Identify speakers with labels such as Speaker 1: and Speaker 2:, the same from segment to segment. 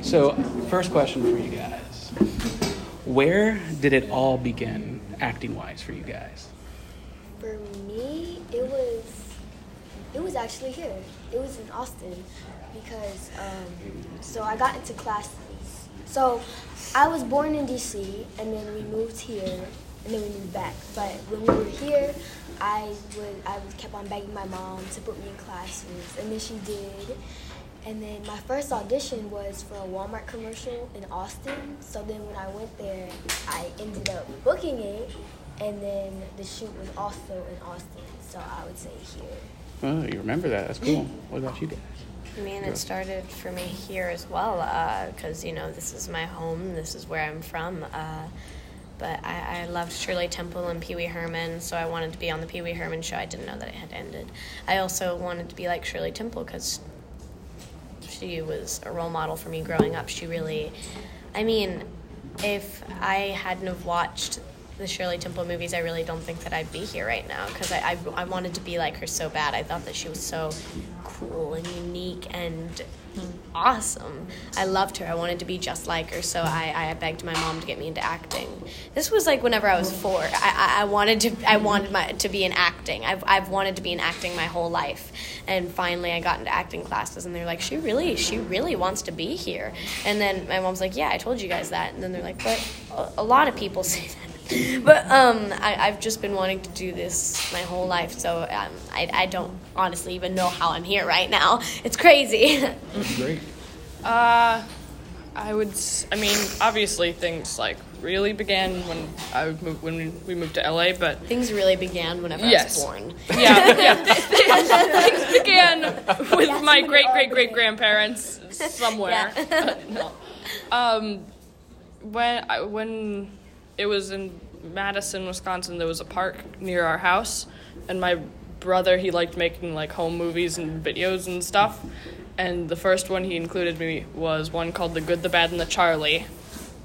Speaker 1: So, first question for you guys Where did it all begin acting wise for you guys?
Speaker 2: For me, it was it was actually here. It was in Austin because um, so I got into classes. So I was born in DC and then we moved here and then we moved back. But when we were here, I would I was kept on begging my mom to put me in classes and then she did. And then my first audition was for a Walmart commercial in Austin. So then when I went there, I ended up booking it. And then the shoot was also in Austin. So I would say here.
Speaker 1: Oh, you remember that. That's cool. What about you guys?
Speaker 3: I mean, it started for me here as well, because, you know, this is my home, this is where I'm from. Uh, but I, I loved Shirley Temple and Pee Wee Herman, so I wanted to be on the Pee Wee Herman show. I didn't know that it had ended. I also wanted to be like Shirley Temple because she was a role model for me growing up. She really, I mean, if I hadn't have watched the Shirley Temple movies, I really don't think that I'd be here right now because I, I, I wanted to be like her so bad. I thought that she was so cool and unique and awesome. I loved her. I wanted to be just like her, so I, I begged my mom to get me into acting. This was like whenever I was four. I, I, I wanted to I wanted my, to be in acting. I've, I've wanted to be in acting my whole life, and finally I got into acting classes, and they're like, she really she really wants to be here. And then my mom's like, yeah, I told you guys that. And then they're like, but a, a lot of people say that but um, I, I've just been wanting to do this my whole life, so um, I, I don't honestly even know how I'm here right now. It's crazy.
Speaker 1: Great.
Speaker 4: Uh, I would. s- I mean, obviously, things like really began when I would move when we- we moved to LA, but
Speaker 3: Things really began whenever
Speaker 4: Yes.
Speaker 3: I was born.
Speaker 4: yeah, yeah. things began with my great great great grandparents somewhere. no. Um, when I, when it was in Madison, Wisconsin, there was a park near our house, and my brother he liked making like home movies and videos and stuff. And the first one he included me was one called "The Good, the Bad, and the Charlie,"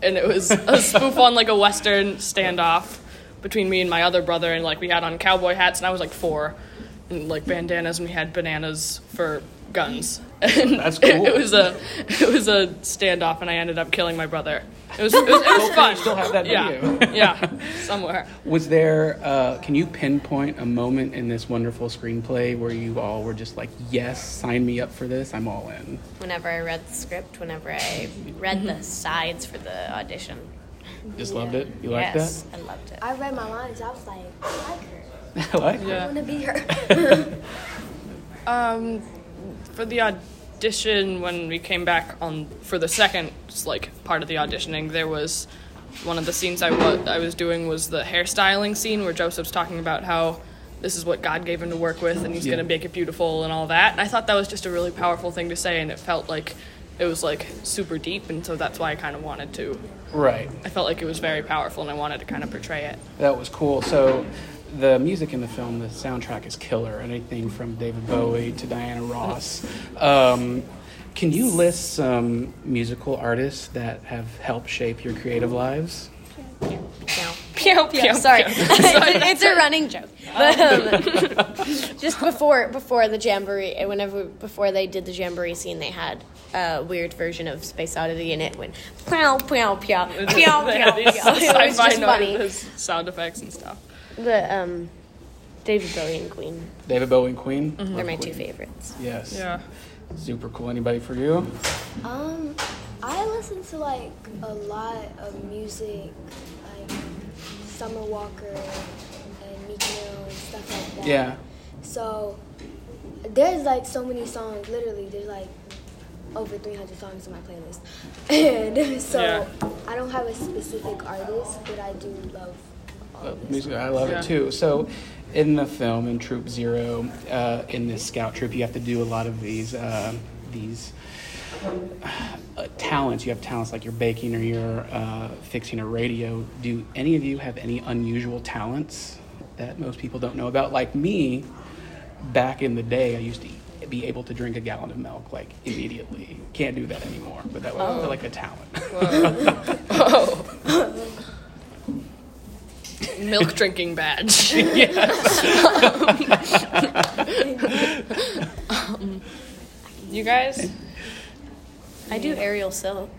Speaker 4: and it was a spoof on like a western standoff between me and my other brother, and like we had on cowboy hats, and I was like four, and like bandanas, and we had bananas for guns. And
Speaker 1: That's cool.
Speaker 4: It was a it was a standoff, and I ended up killing my brother. It was it was, it was fun.
Speaker 1: still have that video.
Speaker 4: Yeah, yeah, somewhere.
Speaker 1: Was there, uh, can you pinpoint a moment in this wonderful screenplay where you all were just like, yes, sign me up for this, I'm all in?
Speaker 3: Whenever I read the script, whenever I read
Speaker 4: Mm-hmm.
Speaker 3: the sides for the audition.
Speaker 1: Just loved it? You like
Speaker 3: yes, I loved it.
Speaker 2: I read my lines. I was like, I like her.
Speaker 1: that? I like it.
Speaker 2: I
Speaker 4: Yeah.
Speaker 2: want to be her.
Speaker 4: Um, for the audition, when we came back on for the second like part of the auditioning, there was one of the scenes I was I was doing was the hairstyling scene where Joseph's talking about how this is what God gave him to work with and he's
Speaker 1: Yeah.
Speaker 4: gonna make it beautiful and all that. And I thought that was just a really powerful thing to say, and it felt like it was like super deep, and so that's why I kind of wanted to.
Speaker 1: Right.
Speaker 4: I felt like it was very powerful, and I wanted to kind of portray it.
Speaker 1: That was cool. So, the music in the film, the soundtrack is killer. Anything from David Bowie to Diana Ross. Um, can you list some musical artists that have helped shape your creative lives?
Speaker 3: No.
Speaker 4: Pew, Oh.
Speaker 3: Yeah, sorry. it's a running joke. But, um, just before before the jamboree, and whenever before they did the jamboree scene, they had a weird version of Space Oddity, and it went pow pow pow pow
Speaker 4: They had
Speaker 3: pow.
Speaker 4: these
Speaker 3: pow. It was
Speaker 4: sci-fi
Speaker 3: just funny.
Speaker 4: noises, sound effects and stuff.
Speaker 3: The um, David Bowie and Queen,
Speaker 1: David Bowie and Queen.
Speaker 3: Mm-hmm.
Speaker 1: Love
Speaker 3: they're my two
Speaker 1: Queen.
Speaker 3: favorites.
Speaker 1: Yes.
Speaker 4: Yeah.
Speaker 1: Super cool. Anybody for you?
Speaker 2: Um, I listen to like a lot of music, like Summer Walker and Meek Mill and stuff like that.
Speaker 1: Yeah.
Speaker 2: So there's like so many songs. Literally, there's like over 300 songs on my playlist, and so
Speaker 4: Yeah.
Speaker 2: I don't have a specific artist, but I do love. all
Speaker 1: Uh,
Speaker 2: of this.
Speaker 1: music. I love
Speaker 4: Yeah.
Speaker 1: it too. So, in the film, in Troop Zero, uh, in this scout troop, you have to do a lot of these uh, these uh, talents. You have talents like you're baking or you're uh, fixing a radio. Do any of you have any unusual talents that most people don't know about? Like me, back in the day, I used to be able to drink a gallon of milk like immediately. Can't do that anymore, but that was
Speaker 3: Oh.
Speaker 1: like a talent.
Speaker 4: milk drinking badge. Um, you guys?
Speaker 3: I do aerial silk.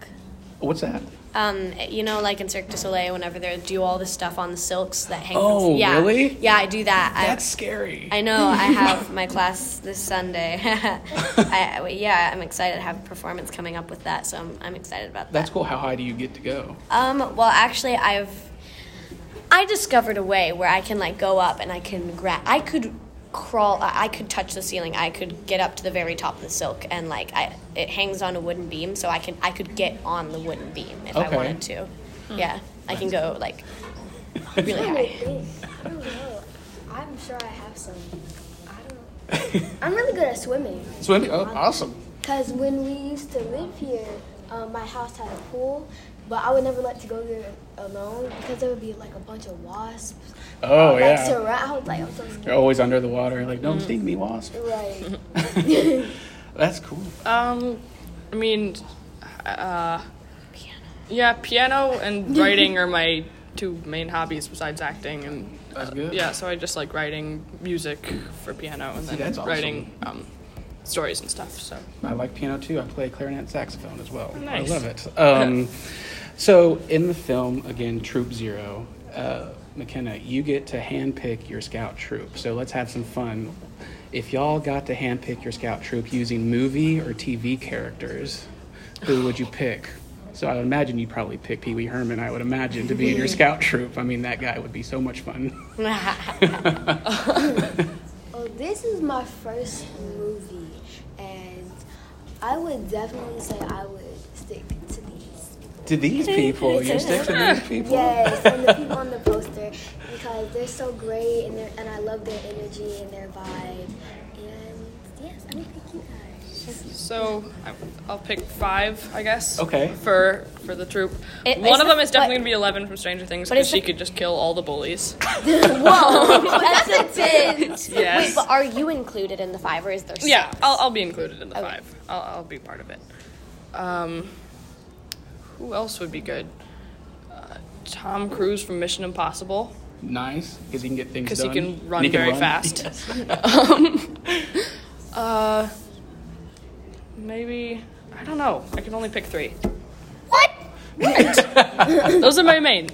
Speaker 1: What's that?
Speaker 3: Um, you know, like in Cirque du Soleil, whenever they do all the stuff on the silks that hang.
Speaker 1: Oh,
Speaker 3: yeah.
Speaker 1: really?
Speaker 3: Yeah, I do that. I-
Speaker 1: That's scary.
Speaker 3: I know. I have my class this Sunday. I, I- yeah, I'm excited. I have a performance coming up with that, so I'm, I'm excited about that.
Speaker 1: That's cool. How high do you get to go?
Speaker 3: Um, well, actually, I've I discovered a way where I can like go up and I can grab. I could crawl. I I could touch the ceiling. I could get up to the very top of the silk, and like I, it hangs on a wooden beam, so I can I could get on the wooden beam if
Speaker 1: Okay.
Speaker 3: I wanted to. Yeah, I can go like really
Speaker 2: I
Speaker 3: high.
Speaker 2: don't know. I'm sure I have some. I don't. I'm really good at swimming.
Speaker 1: Swimming? Oh, awesome.
Speaker 2: Cause when we used to live here, um, my house had a pool, but I would never like to go there alone because there would be like a bunch of wasps.
Speaker 1: Oh,
Speaker 2: like,
Speaker 1: yeah.
Speaker 2: surround- I was like, I'm so scared.
Speaker 1: You're always under the water. Like, don't sting me, wasp.
Speaker 2: Right.
Speaker 1: That's cool.
Speaker 4: Um, I mean, uh, yeah, piano and writing are my two main hobbies besides acting and.
Speaker 1: That's good.
Speaker 4: Yeah, so I just like writing music for piano and then
Speaker 1: that's awesome.
Speaker 4: writing um, stories and stuff. So
Speaker 1: I like piano too. I play clarinet and saxophone as well.
Speaker 4: Nice.
Speaker 1: I love it. Um, so in the film again, Troop Zero, uh, McKenna, you get to handpick your scout troop. So let's have some fun. If y'all got to handpick your scout troop using movie or TV characters, who would you pick? So I would imagine you'd probably pick Pee Wee Herman. I would imagine to be in your scout troop. I mean, that guy would be so much fun.
Speaker 2: Oh, this is my first movie, and I would definitely say I would stick to these.
Speaker 1: To these people, you stick to these people.
Speaker 2: Yes, and the people on the poster because they're so great, and they're, and I love their energy and their vibe. And yes, I would pick you guys.
Speaker 4: So I- I'll pick five, I guess.
Speaker 1: Okay.
Speaker 4: For for the troop,
Speaker 3: It-
Speaker 4: one
Speaker 3: it's
Speaker 4: of
Speaker 3: the-
Speaker 4: them is definitely
Speaker 3: but-
Speaker 4: gonna be Eleven from Stranger Things
Speaker 3: but
Speaker 4: because
Speaker 3: it's
Speaker 4: she
Speaker 3: the-
Speaker 4: could just kill all the bullies.
Speaker 3: Whoa, that's a bit.
Speaker 4: Yes.
Speaker 3: Wait, but are you included in the five, or is there?
Speaker 4: yeah,
Speaker 3: six?
Speaker 4: I'll I'll be included in the
Speaker 3: Okay.
Speaker 4: five. I'll I'll be part of it. Um, who else would be good? Uh, Tom Cruise from Mission Impossible
Speaker 1: Nice, because he can get things
Speaker 4: because
Speaker 1: done.
Speaker 4: he can
Speaker 1: And
Speaker 4: run
Speaker 1: he
Speaker 4: very
Speaker 1: run.
Speaker 4: fast. um, uh, maybe I don't know. I can only pick three.
Speaker 3: What?
Speaker 4: Those are my main.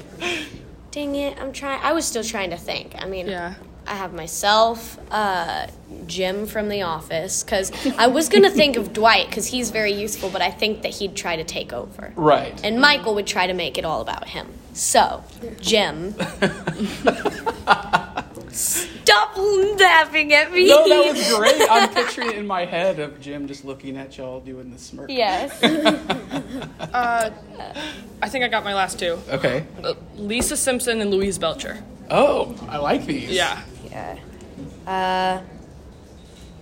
Speaker 3: Dang it! I'm trying. I was still trying to think. I mean,
Speaker 4: Yeah.
Speaker 3: I have myself, uh, Jim from The Office, because I was gonna think of Dwight because he's very useful, but I think that he'd try to take over,
Speaker 1: Right.
Speaker 3: and Michael would try to make it all about him. So, Jim. Stop laughing at me.
Speaker 1: No, that was great. I'm picturing it in my head of Jim just looking at y'all doing the smirk.
Speaker 3: Yes.
Speaker 4: Uh, I think I got my last two.
Speaker 1: Okay.
Speaker 4: Uh, Lisa Simpson and Louise Belcher.
Speaker 1: Oh, I like these.
Speaker 4: Yeah.
Speaker 3: Yeah. Uh,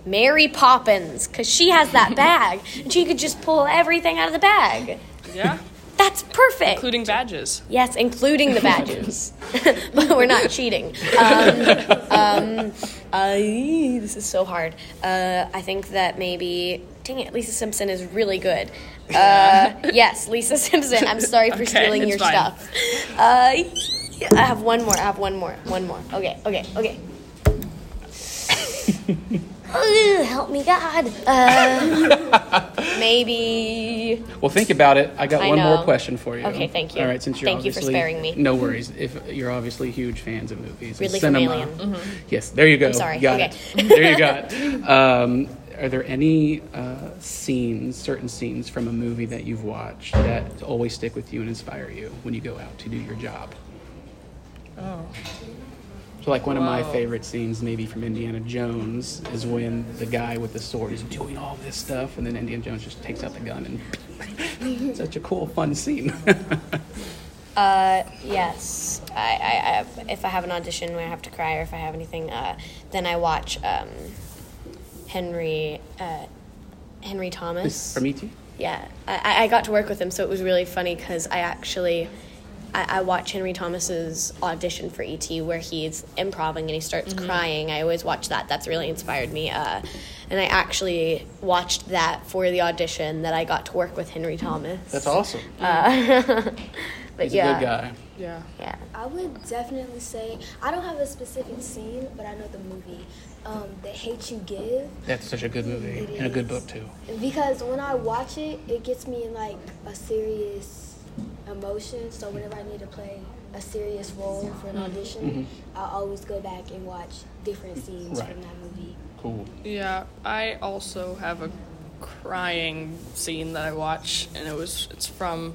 Speaker 3: Mary Poppins, because she has that bag, and she could just pull everything out of the bag.
Speaker 4: Yeah.
Speaker 3: That's perfect.
Speaker 4: Including badges.
Speaker 3: Yes, including the badges. but we're not cheating. Um, um, I- this is so hard. Uh, I think that maybe, dang it, Lisa Simpson is really good. Uh, yes, Lisa Simpson. I'm sorry for
Speaker 4: Okay,
Speaker 3: stealing
Speaker 4: it's
Speaker 3: your
Speaker 4: fine.
Speaker 3: stuff. Uh, I have one more. I have one more. One more. Okay, okay, okay. Ugh, help me, God. Uh, maybe.
Speaker 1: Well, think about it. I got
Speaker 3: I
Speaker 1: one
Speaker 3: know.
Speaker 1: more question for you.
Speaker 3: Okay, thank you.
Speaker 1: All right, since you're
Speaker 3: Thank you for
Speaker 1: obviously-
Speaker 3: sparing me.
Speaker 1: No worries. If you're obviously huge fans of movies, and
Speaker 3: Ridley
Speaker 1: cinema.
Speaker 3: Vermillion.
Speaker 1: Yes, there you go.
Speaker 3: Mm-hmm. sorry.
Speaker 1: You Got
Speaker 3: Okay.
Speaker 1: it. there you got. it. Um, are there any uh, scenes, certain scenes from a movie that you've watched that always stick with you and inspire you when you go out to do your job?
Speaker 4: Oh.
Speaker 1: So like one of my
Speaker 4: Wow.
Speaker 1: favorite scenes, maybe from Indiana Jones, is when the guy with the sword is doing all this stuff, and then Indiana Jones just takes out the gun, and such a cool, fun scene.
Speaker 3: Uh, yes. I, I, I, if I have an audition where I have to cry or if I have anything, uh, then I watch um, Henry uh, Henry Thomas.
Speaker 1: From E E.T.
Speaker 3: Yeah, I- I, I got to work with him, so it was really funny because I actually I, I watch Henry Thomas's audition for ET where he's improving and he starts crying. I always watch that. That's really inspired me. Uh, and I actually watched that for the audition that I got to work with Henry Thomas.
Speaker 1: That's awesome.
Speaker 3: But
Speaker 1: He's
Speaker 3: Uh, yeah,
Speaker 1: a good guy.
Speaker 4: Yeah.
Speaker 3: yeah.
Speaker 2: I would definitely say I don't have a specific scene, but I know the movie, um, The Hate You Give.
Speaker 1: That's such a good movie
Speaker 2: It
Speaker 1: and a good
Speaker 2: is.
Speaker 1: book too.
Speaker 2: Because when I watch it, it gets me in like a serious emotion. So whenever I need to play a serious role for an audition, I always go back and watch different scenes
Speaker 1: Right.
Speaker 2: from that movie.
Speaker 1: Cool.
Speaker 4: Yeah, I also have a crying scene that I watch, and it was it's from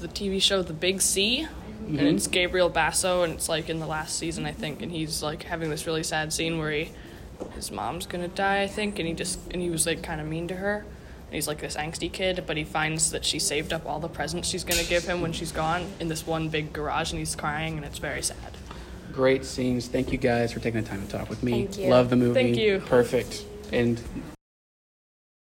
Speaker 4: the TV show The Big C, and it's Gabriel Basso, and it's like in the last season I think, and he's like having this really sad scene where he his mom's gonna die I think, and he just and he was like kind of mean to her. And he's like this angsty kid, but he finds that she saved up all the presents she's gonna give him when she's gone in this one big garage, and he's crying, and it's very sad.
Speaker 1: Great scenes. Thank you guys for taking the time to talk with me.
Speaker 3: Thank you.
Speaker 1: Love the movie.
Speaker 4: Thank you.
Speaker 1: Perfect. And